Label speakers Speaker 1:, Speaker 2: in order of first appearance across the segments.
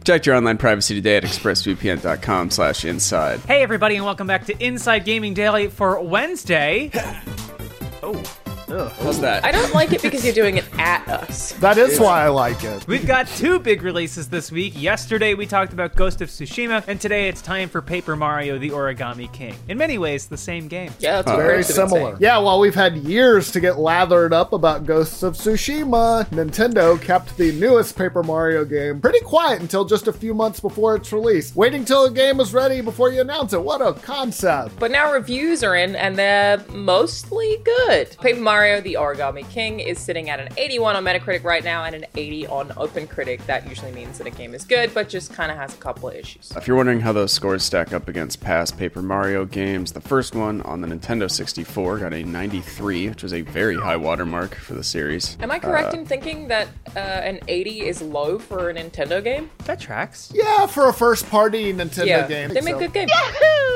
Speaker 1: Protect your online privacy today at expressvpn.com slash inside.
Speaker 2: Hey, everybody, and welcome back to Inside Gaming Daily for Wednesday.
Speaker 1: How's that?
Speaker 3: I don't like it because you're doing it at us.
Speaker 4: That is why I like it.
Speaker 2: We've got two big releases this week. Yesterday, we talked about Ghost of Tsushima, and today it's time for Paper Mario the Origami King. In many ways, the same game.
Speaker 3: Yeah, that's
Speaker 4: Very similar. Yeah, while we've had years to get lathered up about Ghosts of Tsushima, Nintendo kept the newest Paper Mario game pretty quiet until just a few months before its release, waiting till a game was ready before you announce it. What a concept!
Speaker 3: But now reviews are in, and they're mostly good. Paper Mario the Origami King is sitting at an 81 on Metacritic right now and an 80 on OpenCritic. That usually means that a game is good, but just kind of has a couple of issues.
Speaker 1: If you're wondering how those scores stack up against past Paper Mario games, the first one on the Nintendo 64 got a 93, which was a very high watermark for the series.
Speaker 4: Uh,
Speaker 3: Am I correct in thinking that uh, an 80 is low for a Nintendo game?
Speaker 2: That tracks.
Speaker 4: Yeah, for a first party Nintendo
Speaker 3: yeah,
Speaker 4: game.
Speaker 3: they make
Speaker 4: so-
Speaker 3: good games.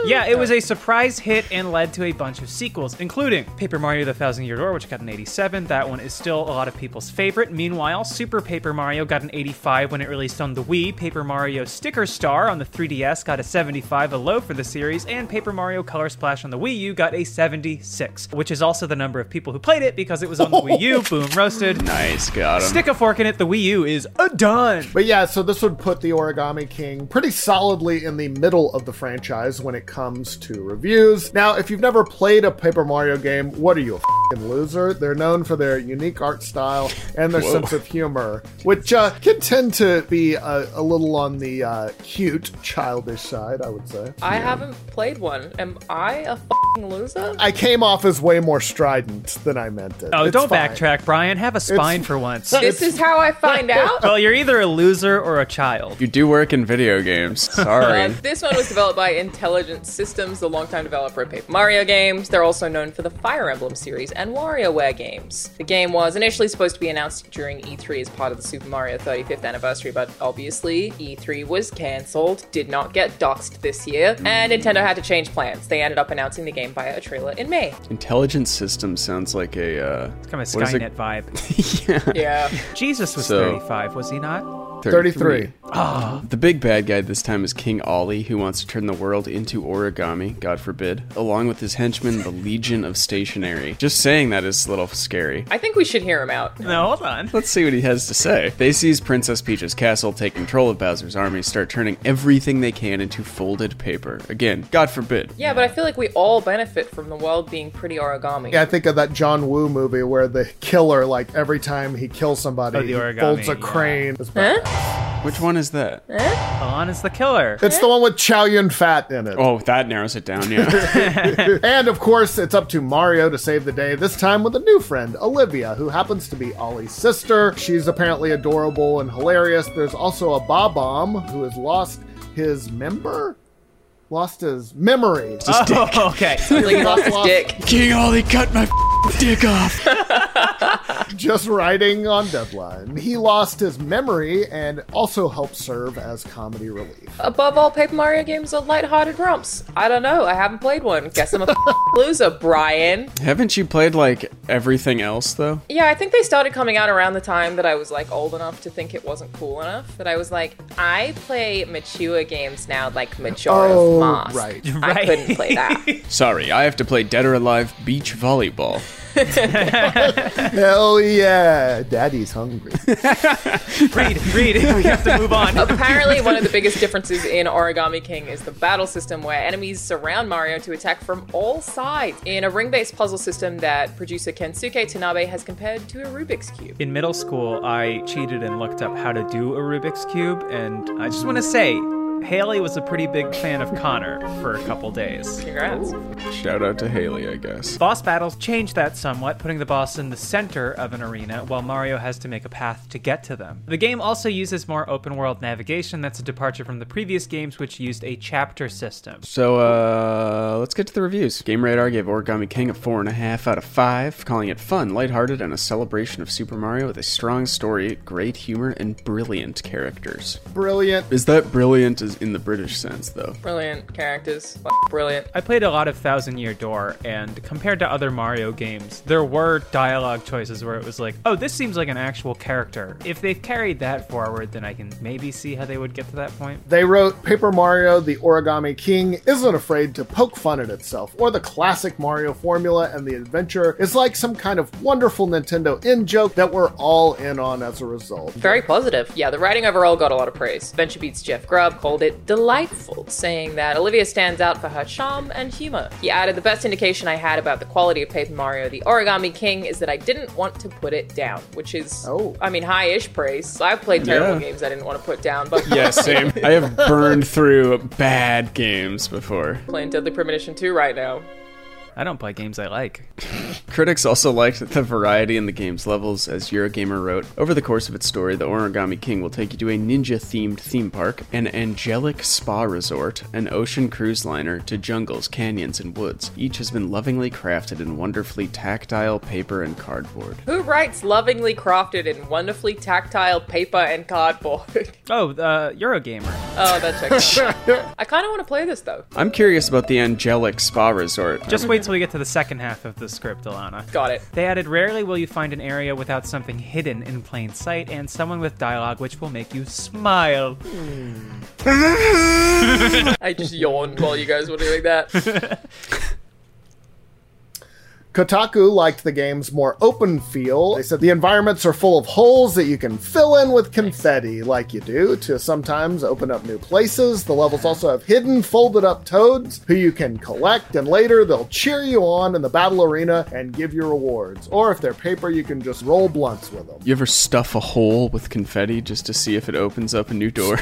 Speaker 2: Yeah, it was a surprise hit and led to a bunch of sequels, including Paper Mario the Thousand Year Door, which got an 87. That one is still a lot of people's favorite. Meanwhile, Super Paper Mario got an 85 when it released on the Wii. Paper Mario Sticker Star on the 3DS got a 75, a low for the series. And Paper Mario Color Splash on the Wii U got a 76, which is also the number of people who played it because it was on the Wii U. Boom, roasted.
Speaker 1: Nice, got him.
Speaker 2: Stick a fork in it, the Wii U is a done.
Speaker 4: But yeah, so this would put the Origami King pretty solidly in the middle of the franchise when it comes to reviews. Now, if you've never played a Paper Mario game, what are you, a fing loser? They're known for their unique art style and their sense of humor, which uh, can tend to be a, a little on the uh, cute, childish side, I would say.
Speaker 3: I haven't played one. Am I a fucking loser?
Speaker 4: I came off as way more strident than I meant it.
Speaker 2: Oh,
Speaker 4: It's
Speaker 2: don't
Speaker 4: fine.
Speaker 2: backtrack, Brian. Have a spine for once.
Speaker 3: this is how I find out.
Speaker 2: well, you're either a loser or a child.
Speaker 1: You do work in video games.
Speaker 3: Uh,
Speaker 1: Sorry.
Speaker 3: this one was developed by Intelligent Systems, the longtime developer of Paper Mario games. They're also known for the Fire Emblem series and WarioWare games. The game was initially supposed to be announced during E3 as part of the Super Mario 35th anniversary, but obviously E3 was cancelled, did not get doxxed this year, and Nintendo had to change plans. They ended up announcing the game via a trailer in May.
Speaker 1: Intelligent system sounds like a uh,
Speaker 2: Kind of
Speaker 1: what is it?
Speaker 2: Skynet vibe.
Speaker 3: Yeah.
Speaker 2: Jesus was
Speaker 1: So-
Speaker 2: 35, was he not?
Speaker 4: 33.
Speaker 1: The big bad guy this time is King Ollie, who wants to turn the world into origami, God forbid, along with his henchmen, the Legion of Stationery. Just saying that is a little scary.
Speaker 3: I think we should hear him out.
Speaker 2: No, hold on.
Speaker 1: Let's see what he has to say. They seize Princess Peach's castle, take control of Bowser's army, start turning everything they can into folded paper. Again, God forbid.
Speaker 3: Yeah, but I feel like we all benefit from the world being pretty origami.
Speaker 4: Yeah, I think of that John Woo movie where the killer, like every time he kills somebody,
Speaker 2: Oh, the
Speaker 4: he
Speaker 2: origami,
Speaker 4: folds a
Speaker 2: yeah.
Speaker 4: crane. It's,
Speaker 1: Which one is that?
Speaker 2: Alon is the killer.
Speaker 4: it's the one with Chow Yun Fat in it.
Speaker 1: Oh, that narrows it down, yeah.
Speaker 4: And of course, it's up to Mario to save the day, this time with a new friend, Olivia, who happens to be Ollie's sister. She's apparently adorable and hilarious. There's also a Bob Bomb who has lost his member? Lost his memory.
Speaker 2: Oh, okay.
Speaker 3: Like he lost his
Speaker 4: Lost-
Speaker 3: dick.
Speaker 1: King Ollie cut my f- dick off.
Speaker 4: just writing on deadline. He lost his memory and also helped serve as comedy relief.
Speaker 3: Above all, Paper Mario games are lighthearted romps. I don't know. I haven't played one. Guess I'm a loser, Brian.
Speaker 1: Haven't you played like everything else though?
Speaker 3: Yeah, I think they started coming out around the time that I was like old enough to think it wasn't cool enough. That I was like, I play mature games now, like Majora's
Speaker 4: Oh,
Speaker 3: Mask.
Speaker 4: right.
Speaker 3: I
Speaker 2: Right.
Speaker 3: couldn't play that.
Speaker 1: Sorry, I have to play Dead or Alive beach volleyball.
Speaker 4: Hell yeah, daddy's hungry.
Speaker 2: read, read. We have to move on.
Speaker 3: Apparently, one of the biggest differences in Origami King is the battle system, where enemies surround Mario to attack from all sides in a ring-based puzzle system that producer Kensuke Tanabe has compared to a Rubik's cube.
Speaker 2: In middle school, I cheated and looked up how to do a Rubik's Cube, and I just want to say, Haley was a pretty big fan of Connor for a couple days.
Speaker 3: Congrats.
Speaker 1: Shout out to Haley, I guess.
Speaker 2: Boss battles change that somewhat, putting the boss in the center of an arena while Mario has to make a path to get to them. The game also uses more open world navigation that's a departure from the previous games, which used a chapter system.
Speaker 1: So uh let's get to the reviews. Game Radar gave Origami King a four and a half out of five, calling it fun, lighthearted, and a celebration of Super Mario with a strong story, great humor, and brilliant characters.
Speaker 4: Brilliant.
Speaker 1: Is that brilliant? is in the British sense, though.
Speaker 3: Brilliant characters. Brilliant.
Speaker 2: I played a lot of Thousand Year Door, and compared to other Mario games, there were dialogue choices where it was like, oh, this seems like an actual character. If they carried that forward, then I can maybe see how they would get to that point.
Speaker 4: They wrote Paper Mario, the Origami King, isn't afraid to poke fun at itself, or the classic Mario formula and the adventure is like some kind of wonderful Nintendo in joke that we're all in on as a result.
Speaker 3: Very positive. Yeah, the writing overall got a lot of praise. Venture Beats Jeff Grubb called it delightful, saying that Olivia stands out for her charm and humor. He added, The best indication I had about the quality of Paper Mario The Origami King is that I didn't want to put it down, which is,
Speaker 4: Oh.
Speaker 3: I mean, high ish praise. I've played terrible
Speaker 1: Yeah.
Speaker 3: games I didn't want to put down, but
Speaker 1: Yeah, same. I have burned through bad games before.
Speaker 3: playing Deadly Premonition 2 right now.
Speaker 2: I don't play games I like.
Speaker 1: Critics also liked the variety in the game's levels, as Eurogamer wrote. Over the course of its story, the Origami King will take you to a ninja themed theme park, an angelic spa resort, an ocean cruise liner, to jungles, canyons, and woods. Each has been lovingly crafted in wonderfully tactile paper and cardboard.
Speaker 3: Who writes lovingly crafted in wonderfully tactile paper and cardboard?
Speaker 2: Oh, uh, Eurogamer.
Speaker 3: oh, that checks out. I kind of want to play this though.
Speaker 1: I'm curious about the angelic spa resort.
Speaker 2: Just wait till we get to the second half of the script, Alana.
Speaker 3: Got it.
Speaker 2: They added, rarely will you find an area without something hidden in plain sight and someone with dialogue which will make you smile.
Speaker 3: I just yawned while you guys were doing that.
Speaker 4: Kotaku liked the game's more open feel. They said the environments are full of holes that you can fill in with confetti, like you do, to sometimes open up new places. The levels also have hidden, folded up toads who you can collect, and later they'll cheer you on in the battle arena and give you rewards. Or if they're paper, you can just roll blunts with them.
Speaker 1: You ever stuff a hole with confetti just to see if it opens up a new door?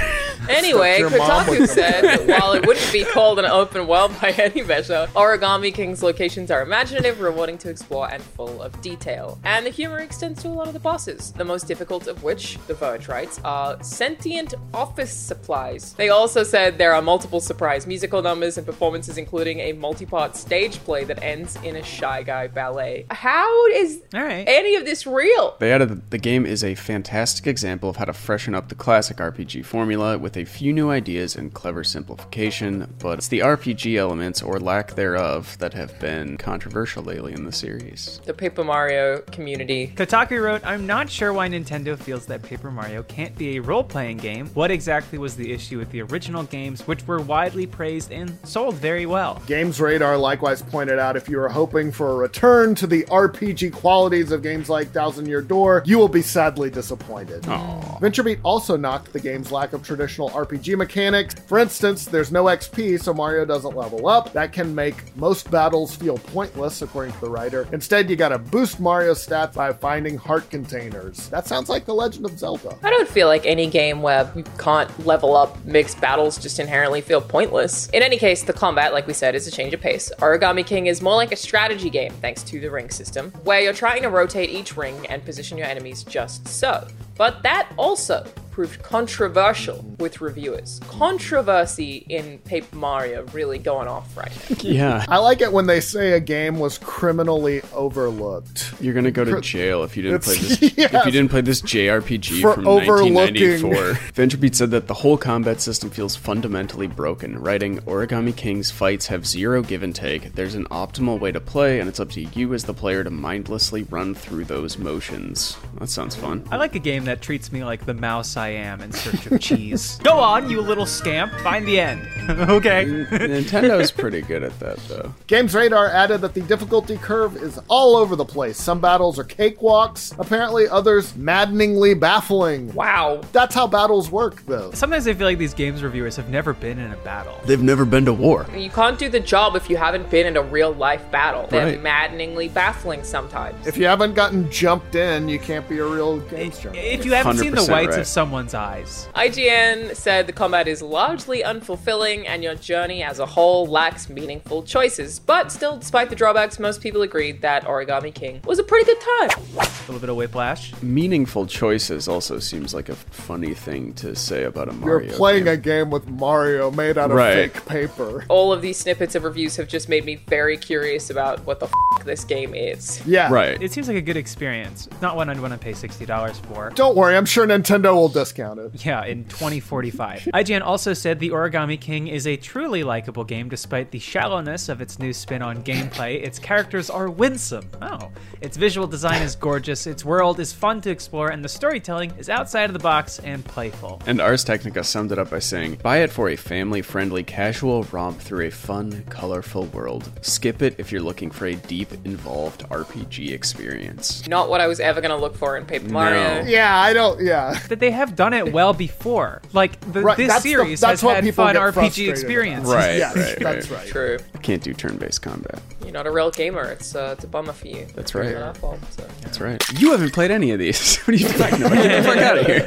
Speaker 3: Anyway,
Speaker 4: Your mom
Speaker 3: Kotaku
Speaker 4: would-
Speaker 3: said that while it wouldn't be called an open world by any measure, Origami King's locations are imaginative, rewarding to explore, and full of detail. And the humor extends to a lot of the bosses, the most difficult of which, The Verge writes, are sentient office supplies. They also said there are multiple surprise musical numbers and performances, including a multi part stage play that ends in a Shy Guy ballet. How is
Speaker 2: All right.
Speaker 3: any of this real?
Speaker 1: They added that the game is a fantastic example of how to freshen up the classic RPG formula with a few new ideas and clever simplification, but it's the RPG elements or lack thereof that have been controversial lately in the series.
Speaker 3: The Paper Mario community
Speaker 2: Kotaku wrote, I'm not sure why Nintendo feels that Paper Mario can't be a role playing game. What exactly was the issue with the original games, which were widely praised and sold very well?
Speaker 4: Games Radar likewise pointed out if you are hoping for a return to the RPG qualities of games like Thousand Year Door, you will be sadly disappointed. VentureBeat also knocked the game's lack of traditional RPG mechanics. For instance, there's no XP, so Mario doesn't level up. That can make most battles feel pointless, according to the writer. Instead, you gotta boost Mario's stats by finding heart containers. That sounds like The Legend of Zelda.
Speaker 3: I don't feel like any game where you can't level up mixed battles just inherently feel pointless. In any case, the combat, like we said, is a change of pace. Origami King is more like a strategy game, thanks to the ring system, where you're trying to rotate each ring and position your enemies just so. But that also proved controversial with reviewers. Controversy in Paper Mario really going off right now.
Speaker 1: Yeah,
Speaker 4: I like it when they say a game was criminally overlooked.
Speaker 1: you're gonna go to jail if you didn't play
Speaker 4: It's-
Speaker 1: this.
Speaker 4: yes.
Speaker 1: If you didn't play this JRPG
Speaker 4: For
Speaker 1: from
Speaker 4: overlooking.
Speaker 1: 1994, VentureBeat said that the whole combat system feels fundamentally broken. Writing Origami King's fights have zero give and take. There's an optimal way to play, and it's up to you as the player to mindlessly run through those motions. That sounds fun.
Speaker 2: I like a game that treats me like the mouse I am in search of cheese. Go on, you little scamp, find the end. okay.
Speaker 1: Nintendo's pretty good at that, though.
Speaker 4: Games Radar added that the difficulty curve is all over the place. Some battles are cakewalks, apparently others maddeningly baffling.
Speaker 3: Wow.
Speaker 4: That's how battles work, though.
Speaker 2: Sometimes I feel like these games reviewers have never been in a battle.
Speaker 1: They've never been to war.
Speaker 3: You can't do the job if you haven't been in a real life battle. They're
Speaker 1: Right.
Speaker 3: maddeningly baffling sometimes.
Speaker 4: If you haven't gotten jumped in, you can't be a real games journalist.
Speaker 2: If you haven't seen the
Speaker 1: 100%
Speaker 2: whites
Speaker 1: right.
Speaker 2: of someone's eyes,
Speaker 3: IGN said the combat is largely unfulfilling building and your journey as a whole lacks meaningful choices. But still, despite the drawbacks, most people agreed that Origami King was a pretty good time.
Speaker 2: A little bit of whiplash.
Speaker 1: Meaningful choices also seems like a funny thing to say about a
Speaker 4: You're
Speaker 1: Mario.
Speaker 4: playing
Speaker 1: game.
Speaker 4: a game with Mario made out of
Speaker 1: Right.
Speaker 4: fake paper.
Speaker 3: All of these snippets of reviews have just made me very curious about what the f- this game is.
Speaker 4: Yeah.
Speaker 1: right.
Speaker 2: It seems like a good experience. Not one I'd want to pay $60 for.
Speaker 4: Don't worry, I'm sure Nintendo will discount it.
Speaker 2: Yeah, in 2045. IGN also said The Origami King is a truly likable game despite the shallowness of its new spin on gameplay. Its characters are winsome. Oh. Its visual design is gorgeous, its world is fun to explore, and the storytelling is outside of the box and playful.
Speaker 1: And Ars Technica summed it up by saying, Buy it for a family friendly casual romp through a fun, colorful world. Skip it if you're looking for a deep, involved RPG experience.
Speaker 3: Not what I was ever going to look for in Paper Mario.
Speaker 4: Yeah, I don't. Yeah.
Speaker 2: That they have done it well before. Like, the,
Speaker 4: Right,
Speaker 2: this
Speaker 4: that's the-
Speaker 2: series
Speaker 4: that's
Speaker 2: has
Speaker 4: what
Speaker 2: had
Speaker 4: people
Speaker 2: fun
Speaker 4: get
Speaker 2: RPG
Speaker 4: frustrated
Speaker 2: experience.
Speaker 1: about. Right,
Speaker 4: yes,
Speaker 1: right,
Speaker 4: that's
Speaker 1: right.
Speaker 4: right.
Speaker 3: True.
Speaker 1: Can't do turn based combat.
Speaker 3: You're not a real gamer. It's uh, it's a bummer for you.
Speaker 1: That's right.
Speaker 3: It's not our fault, so.
Speaker 1: That's right. You haven't played any of these. what are you talking about? Get the fuck out of here.